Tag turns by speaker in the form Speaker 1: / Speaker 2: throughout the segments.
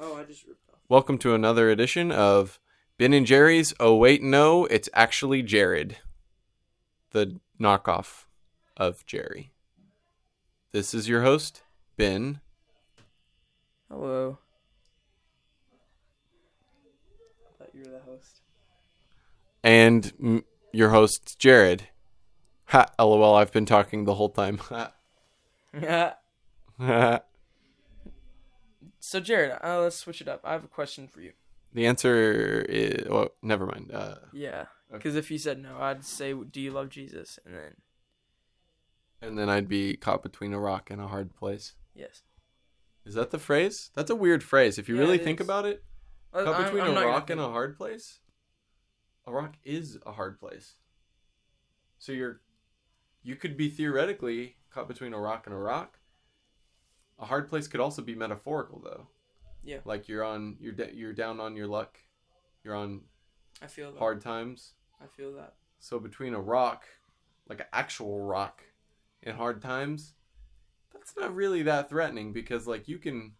Speaker 1: Oh, I just ripped off.
Speaker 2: Welcome to another edition of Ben and Jerry's. Oh wait, no, it's actually Jared, the knockoff of Jerry. This is your host Ben.
Speaker 3: Hello.
Speaker 1: I thought you were the host.
Speaker 2: and m- your host Jared. Ha, lol, I've been talking the whole time. Ha, ha.
Speaker 3: so Jared, uh, let's switch it up. I have a question for you.
Speaker 2: the answer is well, never mind. Uh,
Speaker 3: Yeah, because if you said no, I'd say, "Do you love Jesus?" And then
Speaker 2: and then I'd be caught between a rock and a hard place.
Speaker 3: yes.
Speaker 2: Is that the phrase? That's a weird phrase. If you
Speaker 3: Yeah,
Speaker 2: really
Speaker 3: it
Speaker 2: think
Speaker 3: is.
Speaker 2: about it,
Speaker 3: I-
Speaker 2: caught
Speaker 3: I'm-
Speaker 2: between
Speaker 3: I'm
Speaker 2: a
Speaker 3: not gonna
Speaker 2: rock and
Speaker 3: think-
Speaker 2: a hard place. A rock is a hard place. So you're, you could be theoretically caught between a rock and a rock. A hard place could also be metaphorical, though.
Speaker 3: Yeah.
Speaker 2: Like you're on, you're da- you're down on your luck. You're on
Speaker 3: I feel that.
Speaker 2: hard times.
Speaker 3: I feel that.
Speaker 2: So between a rock, like an actual rock, and hard times, that's not really that threatening because like you can.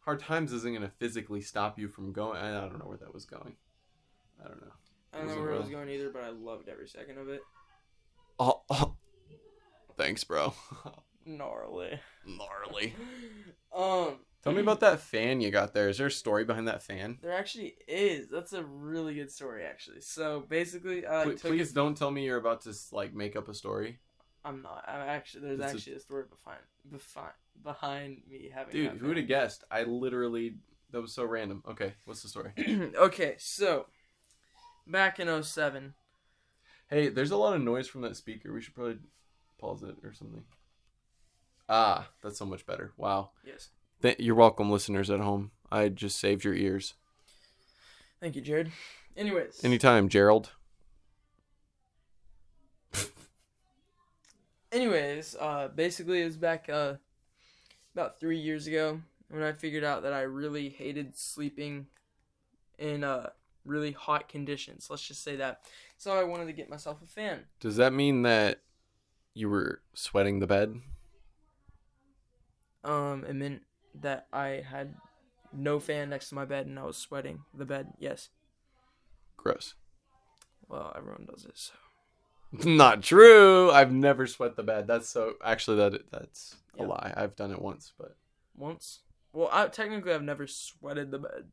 Speaker 2: Hard times isn't gonna physically stop you from going. I I don't know where that was going. I don't know.
Speaker 3: I don't know
Speaker 2: Wasn't
Speaker 3: where I was
Speaker 2: real.
Speaker 3: going either, but I loved every second of it.
Speaker 2: Oh, oh. thanks, bro.
Speaker 3: Gnarly.
Speaker 2: Gnarly.
Speaker 3: Um,
Speaker 2: Tell me about that fan you got there. Is there a story behind that fan?
Speaker 3: there actually is. That's a really good story, actually. So basically, I took.
Speaker 2: Pl-
Speaker 3: it-
Speaker 2: please don't tell me you're about to like make up a story,
Speaker 3: I'm not. I'm actually. There's
Speaker 2: This is-
Speaker 3: actually a story behind, behind, behind me having.
Speaker 2: dude.
Speaker 3: that
Speaker 2: Who would
Speaker 3: baby.
Speaker 2: have guessed? I literally that was so random. Okay, what's the story?
Speaker 3: okay, so back in 07.
Speaker 2: Hey, there's a lot of noise from that speaker. We should probably pause it or something. Ah, that's so much better. Wow.
Speaker 3: Yes.
Speaker 2: Th- you're welcome, listeners at home. I just saved your ears.
Speaker 3: Thank you, Jared. Anyways.
Speaker 2: Anytime, Gerald.
Speaker 3: anyways, uh, basically it was back uh, about three years ago when I figured out that I really hated sleeping in uh, really hot conditions. Let's just say that. So I wanted to get myself a fan.
Speaker 2: Does that mean that you were sweating the bed?
Speaker 3: Um, it meant that I had no fan next to my bed and I was sweating the bed. Yes.
Speaker 2: Gross.
Speaker 3: Well, everyone does it. So.
Speaker 2: Not true. I've never sweat the bed. That's so actually that that's
Speaker 3: Yeah.
Speaker 2: a lie. I've done it once, but
Speaker 3: Once. Well, I, technically, I've never sweated the bed.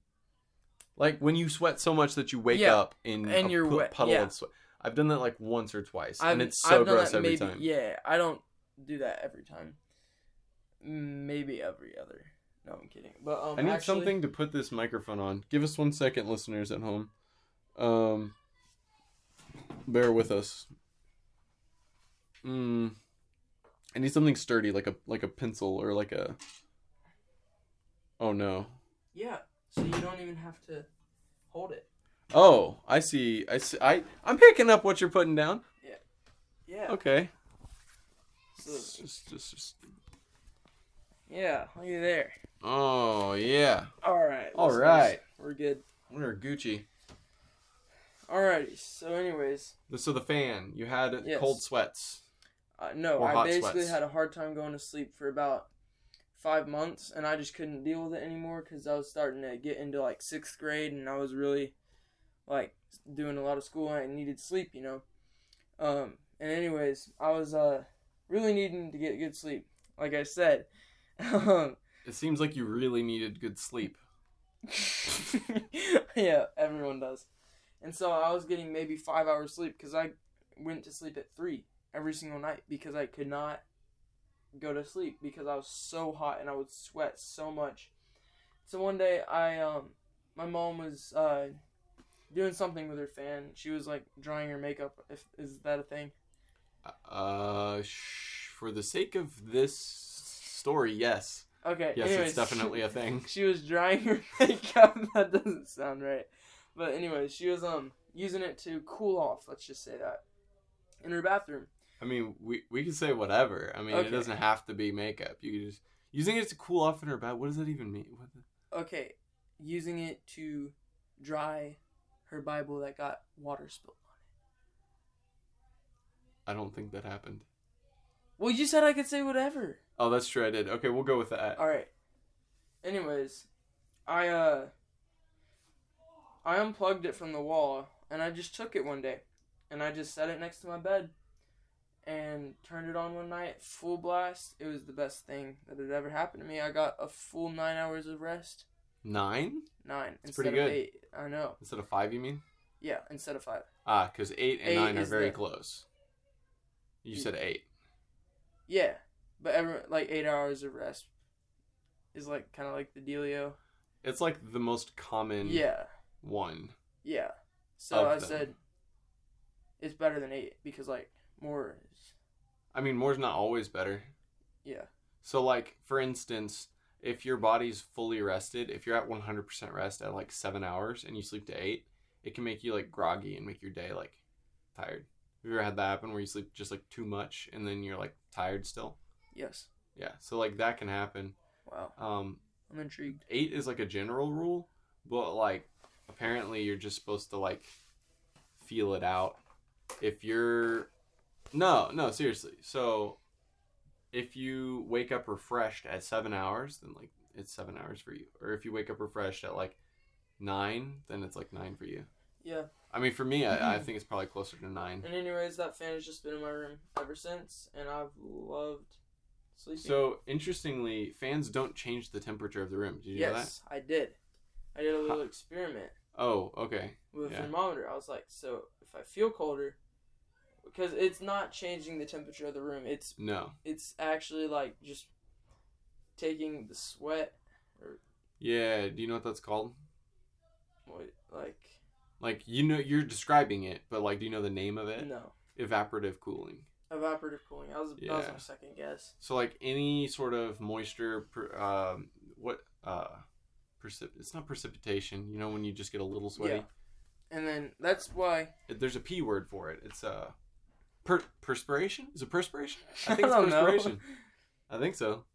Speaker 2: like when you sweat so much that you wake
Speaker 3: Yeah,
Speaker 2: up in
Speaker 3: and
Speaker 2: a
Speaker 3: you're
Speaker 2: pu-
Speaker 3: wet,
Speaker 2: puddle
Speaker 3: yeah.
Speaker 2: of sweat. I've done that like once or twice,
Speaker 3: I've-
Speaker 2: and it's so
Speaker 3: I've done
Speaker 2: gross
Speaker 3: that
Speaker 2: every
Speaker 3: maybe,
Speaker 2: time.
Speaker 3: Yeah, I don't do that every time. Maybe every other. No, I'm kidding. But um,
Speaker 2: I need
Speaker 3: actually-
Speaker 2: something to put this microphone on. Give us one second, listeners at home. Um, bear with us. Mm, I need something sturdy, like a like a pencil or like a. Oh no!
Speaker 3: Yeah, so you don't even have to hold it.
Speaker 2: Oh, I see. I see. I I'm picking up what you're putting down.
Speaker 3: Yeah.
Speaker 2: Okay. It's
Speaker 3: So,
Speaker 2: just- just- just-
Speaker 3: yeah. Look at there.
Speaker 2: Oh yeah,
Speaker 3: All right.
Speaker 2: All
Speaker 3: listeners,
Speaker 2: right.
Speaker 3: We're good.
Speaker 2: we're Gucci.
Speaker 3: Alrighty. So, anyways,
Speaker 2: So the fan you had
Speaker 3: Yes.
Speaker 2: cold sweats.
Speaker 3: uh, no,
Speaker 2: Or
Speaker 3: I
Speaker 2: hot
Speaker 3: basically
Speaker 2: sweats.
Speaker 3: had a hard time going to sleep for about five months, and I just couldn't deal with it anymore because I was starting to get into like sixth grade, and I was really like doing a lot of school, and I needed sleep, you know. Um, and anyways, I was uh really needing to get good sleep, like I said. Um,
Speaker 2: It seems like you really needed good sleep.
Speaker 3: yeah, everyone does. And so I was getting maybe five hours sleep because I went to sleep at three every single night because I could not go to sleep because I was so hot and I would sweat so much. So one day I um my mom was uh doing something with her fan. She was like drying her makeup. If is that a thing?
Speaker 2: Uh, sh- for the sake of this story, yes,
Speaker 3: Okay.
Speaker 2: yes,
Speaker 3: anyways,
Speaker 2: it's definitely a thing.
Speaker 3: She was drying her makeup. that doesn't sound right. But anyway, she was um using it to cool off. Let's just say that in her bathroom.
Speaker 2: I mean, we we can say whatever. I mean,
Speaker 3: Okay.
Speaker 2: it doesn't have to be makeup. You can just using it to cool off in her bed. What does that even mean? What the-
Speaker 3: Okay, using it to dry her Bible that got water spilled on it.
Speaker 2: I don't think that happened.
Speaker 3: Well, you said I could say whatever.
Speaker 2: Oh, that's true. I did. Okay, we'll go with that.
Speaker 3: All right. Anyways, I uh I unplugged it from the wall and I just took it one day and I just set it next to my bed and turned it on one night full blast. It was the best thing that had ever happened to me. I got a full 9 hours of rest.
Speaker 2: Nine
Speaker 3: 9
Speaker 2: That's
Speaker 3: instead
Speaker 2: pretty
Speaker 3: of
Speaker 2: good.
Speaker 3: 8. I know.
Speaker 2: instead of five, you mean?
Speaker 3: Yeah, instead of 5.
Speaker 2: Ah, because eight and
Speaker 3: Eight
Speaker 2: nine are
Speaker 3: is
Speaker 2: very
Speaker 3: the- Mm.
Speaker 2: close. You
Speaker 3: Yeah.
Speaker 2: said eight.
Speaker 3: Yeah. But every like 8 hours of rest is like kind of like the dealio.
Speaker 2: It's like the most common
Speaker 3: Yeah.
Speaker 2: one.
Speaker 3: Yeah. So
Speaker 2: Of
Speaker 3: I
Speaker 2: them.
Speaker 3: said it's better than 8 because like more is
Speaker 2: I mean, more's not always better.
Speaker 3: yeah.
Speaker 2: So, like, for instance, if your body's fully rested, if you're at 100% rest at like seven hours and you sleep to eight, it can make you like groggy and make your day like tired. Have you ever had that happen where you sleep just like too much and then you're like tired still?
Speaker 3: Yes.
Speaker 2: Yeah. So, like, that can happen.
Speaker 3: Wow.
Speaker 2: Um,
Speaker 3: I'm intrigued.
Speaker 2: eight is like a general rule, but like apparently you're just supposed to like feel it out. If you're no, no, seriously. So if you wake up refreshed at seven hours, then like it's seven hours for you. Or if you wake up refreshed at like nine, then it's like nine for you.
Speaker 3: Yeah.
Speaker 2: I mean, for me, I, I think it's probably closer to nine.
Speaker 3: And anyways, that fan has just been in my room ever since, and I've loved sleeping.
Speaker 2: So interestingly, fans don't change the temperature of the room. Did you know that?
Speaker 3: yes, I did. I did a little
Speaker 2: Huh.
Speaker 3: experiment
Speaker 2: Oh, okay.
Speaker 3: with a
Speaker 2: Yeah.
Speaker 3: thermometer. I was like, so if I feel colder, because it's not changing the temperature of the room. It's
Speaker 2: No.
Speaker 3: it's actually like just taking the sweat,
Speaker 2: Yeah. Do you know what that's called?
Speaker 3: what- like
Speaker 2: Like you know, you're describing it, but like, do you know the name of it?
Speaker 3: no
Speaker 2: Evaporative cooling.
Speaker 3: evaporative cooling. I was that was
Speaker 2: Yeah.
Speaker 3: my second guess.
Speaker 2: So like any sort of moisture, per, um, what uh, precip- it's not precipitation. You know when you just get a little sweaty.
Speaker 3: Yeah. And then that's why
Speaker 2: It- There's a p word for it. It's uh, per- perspiration. Is it perspiration? I
Speaker 3: I
Speaker 2: think it's
Speaker 3: don't know.
Speaker 2: perspiration. I think so.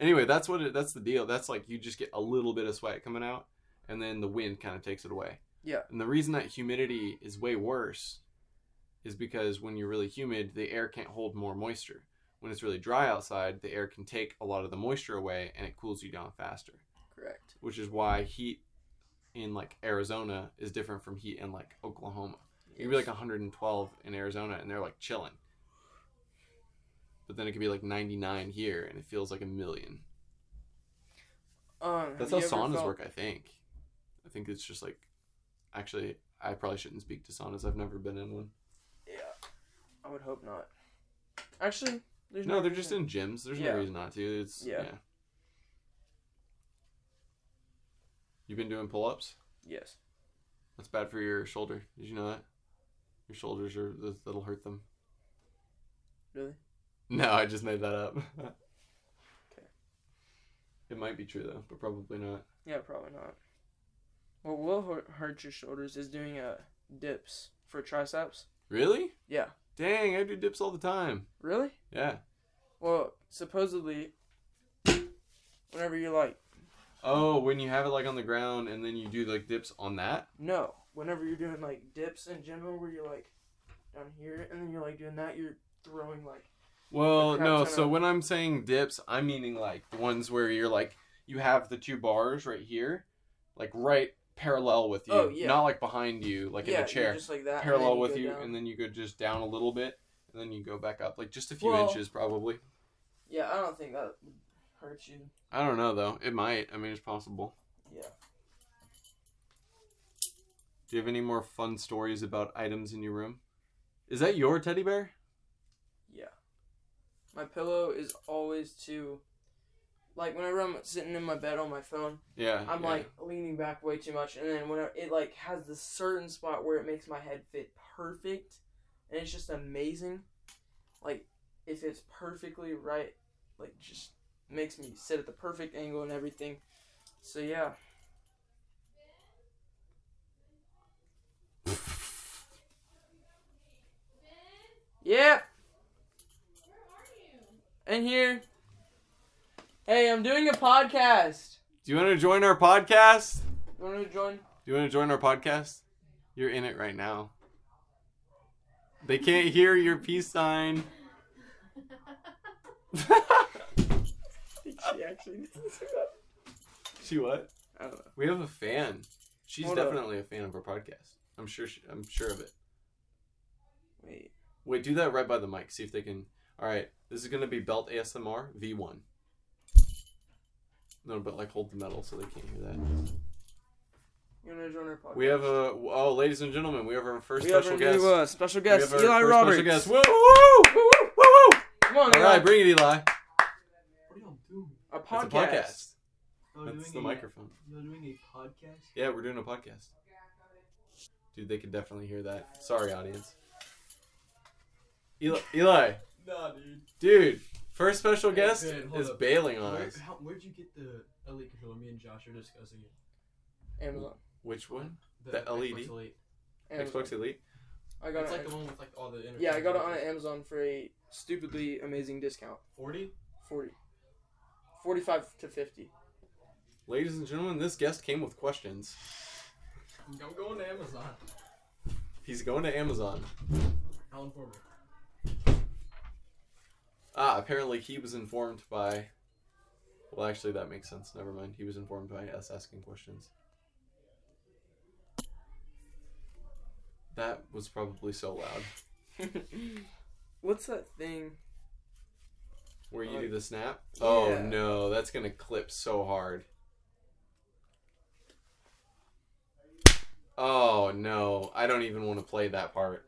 Speaker 2: Anyway, that's what it. That's the deal. That's like you just get a little bit of sweat coming out, and then the wind kind of takes it away.
Speaker 3: Yeah.
Speaker 2: And the reason that humidity is way worse is because when you're really humid, the air can't hold more moisture. When it's really dry outside, the air can take a lot of the moisture away and it cools you down faster,
Speaker 3: correct.
Speaker 2: which is why heat in like Arizona is different from heat in like Oklahoma. It could be like
Speaker 3: Yes.
Speaker 2: 112 in Arizona and they're like chilling. But then it could be like 99 here and it feels like a million.
Speaker 3: Um,
Speaker 2: That's how
Speaker 3: have you ever
Speaker 2: saunas
Speaker 3: felt-
Speaker 2: work, I think. I think it's just like, actually, I probably shouldn't speak to saunas. I've never been in one.
Speaker 3: Yeah, I would hope not. Actually, there's
Speaker 2: No, they're
Speaker 3: reason.
Speaker 2: just in gyms. There's
Speaker 3: Yeah.
Speaker 2: no reason not to. It's yeah.
Speaker 3: Yeah.
Speaker 2: You've been doing pull-ups.
Speaker 3: Yes.
Speaker 2: That's bad for your shoulder. Did you know that? Your shoulders are th- that'll hurt them.
Speaker 3: Really?
Speaker 2: No, I just made that up.
Speaker 3: Okay.
Speaker 2: It might be true though, but probably not.
Speaker 3: Yeah, probably not. What will hu- hurt your shoulders is doing uh, dips for triceps.
Speaker 2: Really?
Speaker 3: Yeah.
Speaker 2: Dang, I do dips all the time.
Speaker 3: Really?
Speaker 2: Yeah.
Speaker 3: Well, supposedly, whenever you're like,
Speaker 2: Oh, when you have it like on the ground and then you do like dips on that?
Speaker 3: no, whenever you're doing like dips in general, where you're like down here and then you're like doing that, you're throwing like
Speaker 2: Well,
Speaker 3: crap
Speaker 2: no.
Speaker 3: ton
Speaker 2: So
Speaker 3: of-
Speaker 2: when I'm saying dips, I'm meaning like the ones where you're like you have the two bars right here, like right parallel with you,
Speaker 3: Oh, yeah.
Speaker 2: not like behind you, like
Speaker 3: yeah,
Speaker 2: in a chair,
Speaker 3: you're just like that, and then
Speaker 2: parallel with
Speaker 3: go
Speaker 2: you,
Speaker 3: down.
Speaker 2: and then you go just down a little bit, and then you go back up, like just a few
Speaker 3: Well-
Speaker 2: inches probably.
Speaker 3: yeah, I don't think that would hurt you.
Speaker 2: I don't know though. It might. I mean, it's possible.
Speaker 3: Yeah.
Speaker 2: Do you have any more fun stories about items in your room? Is that your teddy bear?
Speaker 3: My pillow is always too, like whenever I'm sitting in my bed on my phone,
Speaker 2: Yeah.
Speaker 3: I'm
Speaker 2: yeah.
Speaker 3: like leaning back way too much, and then whenever it like has this certain spot where it makes my head fit perfect, and it's just amazing. Like if it's perfectly right, like just makes me sit at the perfect angle and everything. So yeah, yeah,
Speaker 4: Where are you?
Speaker 3: and here. Hey, I'm doing a podcast.
Speaker 2: Do you want to join our podcast?
Speaker 3: You want to join?
Speaker 2: Do you want to join our podcast? You're in it right now. They can't hear your peace sign.
Speaker 3: She actually needs to do that.
Speaker 2: she what?
Speaker 3: I don't know.
Speaker 2: We have a fan. She's
Speaker 3: Hold up.
Speaker 2: definitely a fan of our podcast. I'm sure. She, I'm sure of it.
Speaker 3: Wait.
Speaker 2: Wait, do that right by the mic. See if they can. All right, this is gonna be belt ASMR V1. No, but like hold the metal so they can't hear that.
Speaker 3: You want to join our podcast?
Speaker 2: We have a oh, ladies and gentlemen, we have our first
Speaker 3: We have
Speaker 2: special
Speaker 3: our
Speaker 2: guest.
Speaker 3: new, uh, special
Speaker 2: We have
Speaker 3: guest,
Speaker 2: our
Speaker 3: Eli
Speaker 2: first
Speaker 3: Roberts.
Speaker 2: special guest. Woo, woo, woo, woo, woo, woo.
Speaker 3: Come on,
Speaker 2: All
Speaker 3: Eli.
Speaker 2: right, bring it, Eli.
Speaker 1: What are y'all doing?
Speaker 3: a
Speaker 2: It's a
Speaker 3: podcast. Oh,
Speaker 2: podcast.
Speaker 1: Y'all
Speaker 2: That's the microphone.
Speaker 1: Y'all doing a podcast?
Speaker 2: Yeah, we're doing a podcast. Dude, they could definitely hear that. Sorry, audience. Eli, Eli
Speaker 1: Nah, dude.
Speaker 2: dude, first special
Speaker 1: Hey,
Speaker 2: guest
Speaker 1: Ben, hold
Speaker 2: is
Speaker 1: up.
Speaker 2: bailing on
Speaker 1: Where,
Speaker 2: us.
Speaker 1: how, where'd you get the Elite controller? Me and Josh are discussing it.
Speaker 3: Amazon.
Speaker 2: Which one?
Speaker 1: The,
Speaker 2: The LED?
Speaker 1: Xbox Elite.
Speaker 3: Amazon.
Speaker 2: Xbox Elite.
Speaker 3: I got
Speaker 1: It's
Speaker 3: it.
Speaker 1: like the one with like all the. inter-
Speaker 3: yeah, I got it on Amazon for a stupidly amazing discount.
Speaker 1: Forty.
Speaker 3: 40. 45 to 50.
Speaker 2: Ladies and gentlemen, this guest came with questions.
Speaker 1: I'm going to Amazon.
Speaker 2: He's going to Amazon.
Speaker 1: I'll inform you.
Speaker 2: Ah, apparently he was informed by. Well, actually, that makes sense. Never mind. He was informed by us asking questions. That was probably so loud.
Speaker 3: What's that thing?
Speaker 2: Where you
Speaker 3: Like-
Speaker 2: do the snap? Oh
Speaker 3: Yeah.
Speaker 2: no, that's gonna clip so hard. Oh no, I don't even want to play that part.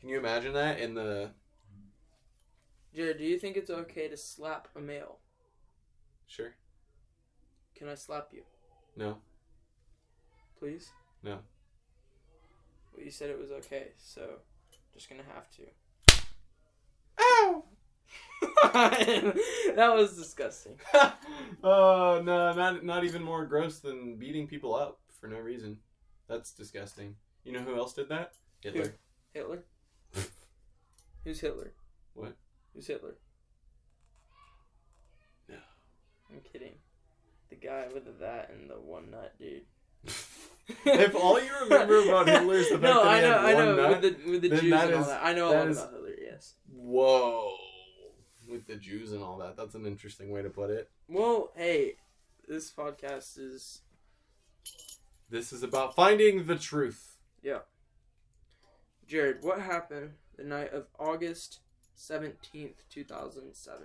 Speaker 2: Can you imagine that in the
Speaker 3: Jared, do you think it's okay to slap a male?
Speaker 2: sure?
Speaker 3: Can I slap you,
Speaker 2: No.
Speaker 3: please?
Speaker 2: No.
Speaker 3: Well, you said it was okay, so just gonna have to.
Speaker 2: Ow!
Speaker 3: that was disgusting.
Speaker 2: oh no, not not even more gross than beating people up for no reason. That's disgusting. You know who else did that? Hitler.
Speaker 3: Hitler? Who's Hitler?
Speaker 2: What?
Speaker 3: Who's Hitler?
Speaker 2: No.
Speaker 3: I'm kidding. The guy with the that and the one nut, dude.
Speaker 2: If all you remember about Hitler is the fact that he had one nut,
Speaker 3: with the with the
Speaker 2: then
Speaker 3: Jews
Speaker 2: that
Speaker 3: and all
Speaker 2: is-
Speaker 3: that. I know a
Speaker 2: that
Speaker 3: lot
Speaker 2: is-
Speaker 3: about Hitler. Yes.
Speaker 2: Whoa. With the Jews and all that. That's an interesting way to put it.
Speaker 3: Well, hey, this podcast is
Speaker 2: This is about finding the truth.
Speaker 3: Jared. What happened the night of August seventeenth, two thousand seven?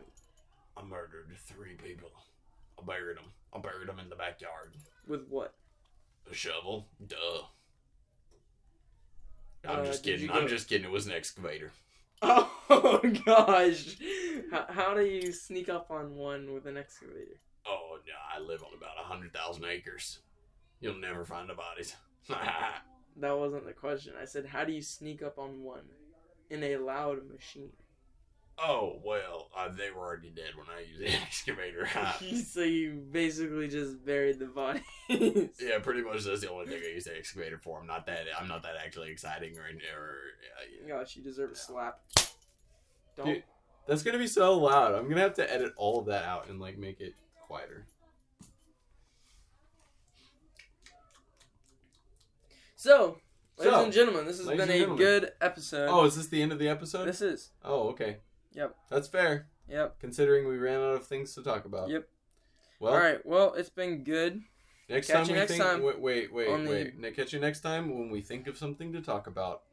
Speaker 2: I murdered three people. I buried them. I buried them in the backyard.
Speaker 3: With what?
Speaker 2: A shovel? Duh.
Speaker 3: Uh,
Speaker 2: I'm just
Speaker 3: did you
Speaker 2: kidding. I'm
Speaker 3: go-
Speaker 2: just kidding. It was an excavator.
Speaker 3: Oh gosh! How, how do you sneak up on one with an excavator?
Speaker 2: Oh, no. I live on about 100,000 acres. You'll never find the bodies.
Speaker 3: That wasn't the question. I said, how do you sneak up on one in a loud machine?
Speaker 2: oh, well, uh, they were already dead when I used the excavator.
Speaker 3: so you basically just buried the bodies.
Speaker 2: Yeah, pretty much that's the only thing I use the excavator for. I'm not that I'm not that actually exciting or, or uh, yeah.
Speaker 3: Gosh, you deserve a slap. Don't.
Speaker 2: Dude. That's gonna be so loud. I'm gonna have to edit all of that out and like make it quieter.
Speaker 3: So, ladies
Speaker 2: So,
Speaker 3: and gentlemen, this has
Speaker 2: ladies
Speaker 3: been
Speaker 2: and
Speaker 3: a
Speaker 2: gentlemen.
Speaker 3: good episode.
Speaker 2: Oh, is this the end of the episode?
Speaker 3: this is.
Speaker 2: Oh, okay.
Speaker 3: Yep.
Speaker 2: That's fair,
Speaker 3: Yep.
Speaker 2: considering we ran out of things to talk about.
Speaker 3: Yep.
Speaker 2: Well,
Speaker 3: All right. Well, it's been good.
Speaker 2: next
Speaker 3: catch
Speaker 2: time
Speaker 3: you
Speaker 2: we
Speaker 3: next
Speaker 2: think.
Speaker 3: time
Speaker 2: Wait, wait, wait,
Speaker 3: on the-
Speaker 2: wait. Ne- Catch you next time when we think of something to talk about.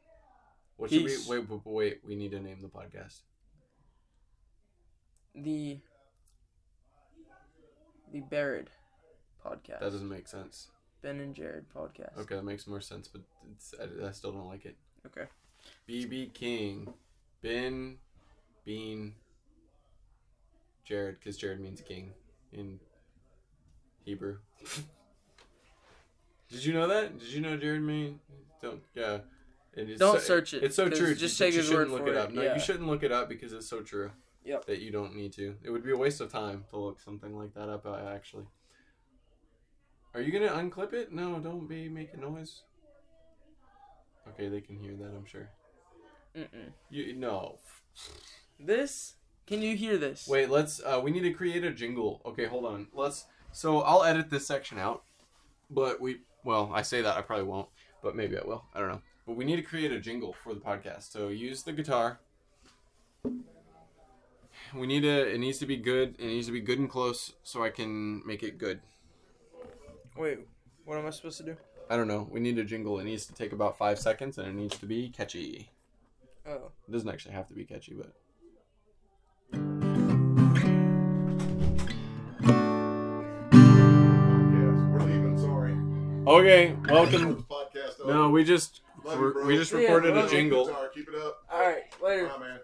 Speaker 2: What should
Speaker 3: Peace.
Speaker 2: we? Wait, wait, wait. We need to name the podcast.
Speaker 3: The the Barrett podcast.
Speaker 2: That doesn't make sense.
Speaker 3: Ben and Jared podcast.
Speaker 2: Okay, that makes more sense, but it's, I, I still don't like it.
Speaker 3: Okay.
Speaker 2: BB King, Ben, Bean, Jared, because Jared means king in Hebrew. Did you know that? Did you know Jared mean? Don't yeah. And it's
Speaker 3: Don't
Speaker 2: so-
Speaker 3: search it,
Speaker 2: It's so
Speaker 3: 'cause
Speaker 2: true.
Speaker 3: just
Speaker 2: that
Speaker 3: take
Speaker 2: you
Speaker 3: his word
Speaker 2: shouldn't look
Speaker 3: for
Speaker 2: it
Speaker 3: it,
Speaker 2: up. No,
Speaker 3: yeah.
Speaker 2: you shouldn't look it up because it's so true.
Speaker 3: Yep.
Speaker 2: That you don't need to. It would be a waste of time to look something like that up. uh, Actually. Are you gonna unclip it? No, don't be making noise. Okay, they can hear that. I'm sure.
Speaker 3: Mm-mm.
Speaker 2: You no.
Speaker 3: This. Can you hear this?
Speaker 2: Wait, let's uh we need to create a jingle. Okay, hold on. Let's so I'll edit this section out. But we well, I say that I probably won't, but maybe I will. I don't know. But we need to create a jingle for the podcast. So use the guitar. We need to it needs to be good. It needs to be good and close so I can make it good.
Speaker 3: Wait, what am I supposed to do?
Speaker 2: I don't know. We need a jingle. It needs to take about five seconds, and it needs to be catchy.
Speaker 3: Oh.
Speaker 2: It doesn't actually have to be catchy, but
Speaker 5: Podcast. We're leaving. Sorry.
Speaker 2: okay.
Speaker 5: Short
Speaker 2: Welcome.
Speaker 5: the podcast up.
Speaker 2: No, we just
Speaker 5: Love you, bro.
Speaker 2: we just
Speaker 3: Yeah,
Speaker 2: recorded a
Speaker 3: love you.
Speaker 2: jingle.
Speaker 5: Guitar, Keep it up.
Speaker 3: Alright, later.
Speaker 5: Bye, man.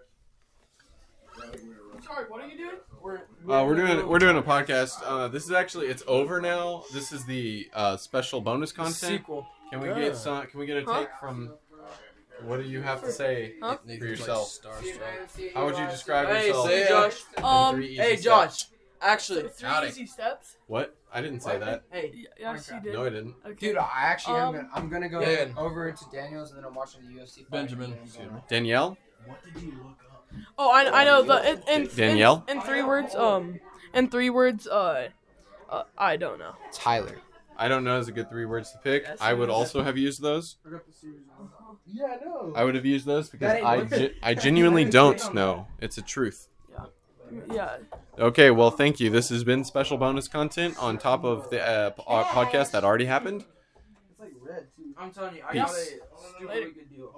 Speaker 5: I think we're gonna run.
Speaker 3: Sorry, what are you doing? We're,
Speaker 2: Uh, we're doing we're doing a podcast. Uh, this is actually it's over now. This is the uh, special bonus content.
Speaker 3: sequel.
Speaker 2: Can we
Speaker 1: Yeah.
Speaker 2: get some? Can we get a
Speaker 3: Huh?
Speaker 2: take from? What do you have to say
Speaker 3: Huh?
Speaker 2: for yourself?
Speaker 1: starstruck.
Speaker 2: How would you describe
Speaker 3: Hey,
Speaker 2: yourself?
Speaker 3: say
Speaker 2: in
Speaker 3: Josh.
Speaker 6: Um,
Speaker 2: three easy
Speaker 3: Hey,
Speaker 2: steps?
Speaker 3: Josh. Actually,
Speaker 6: three
Speaker 1: Howdy.
Speaker 6: easy steps.
Speaker 2: What? I didn't say that.
Speaker 3: hey,
Speaker 6: Y- Yeah, she did.
Speaker 2: No, I didn't.
Speaker 6: Okay.
Speaker 7: Dude, I actually am
Speaker 6: Um,
Speaker 7: gonna, I'm gonna go
Speaker 1: Dan.
Speaker 7: over to Daniels and then I'm watching the UFC. fight.
Speaker 1: Benjamin.
Speaker 7: And then I'm going-
Speaker 2: Danielle.
Speaker 1: What did you look up?
Speaker 6: Oh, I, I know the in, in,
Speaker 2: Danielle?
Speaker 6: in, in three words. Um, in three words. Uh, uh I don't know.
Speaker 7: Tyler.
Speaker 2: I don't know is a good three words to pick.
Speaker 6: Yes,
Speaker 2: I
Speaker 6: it
Speaker 2: would
Speaker 6: is.
Speaker 2: also have used those.
Speaker 7: Yeah, I know.
Speaker 2: I would have used those because
Speaker 7: That ain't
Speaker 2: I
Speaker 7: worth it.
Speaker 2: ge- I genuinely
Speaker 7: That ain't
Speaker 2: don't
Speaker 7: worth it.
Speaker 2: know. It's a truth.
Speaker 6: Yeah.
Speaker 2: Okay, well, thank you. This has been special bonus content on top of the uh, p- uh, podcast that already happened.
Speaker 7: It's like red too.
Speaker 3: I'm telling you, I
Speaker 2: Peace.
Speaker 3: got a stupid good deal.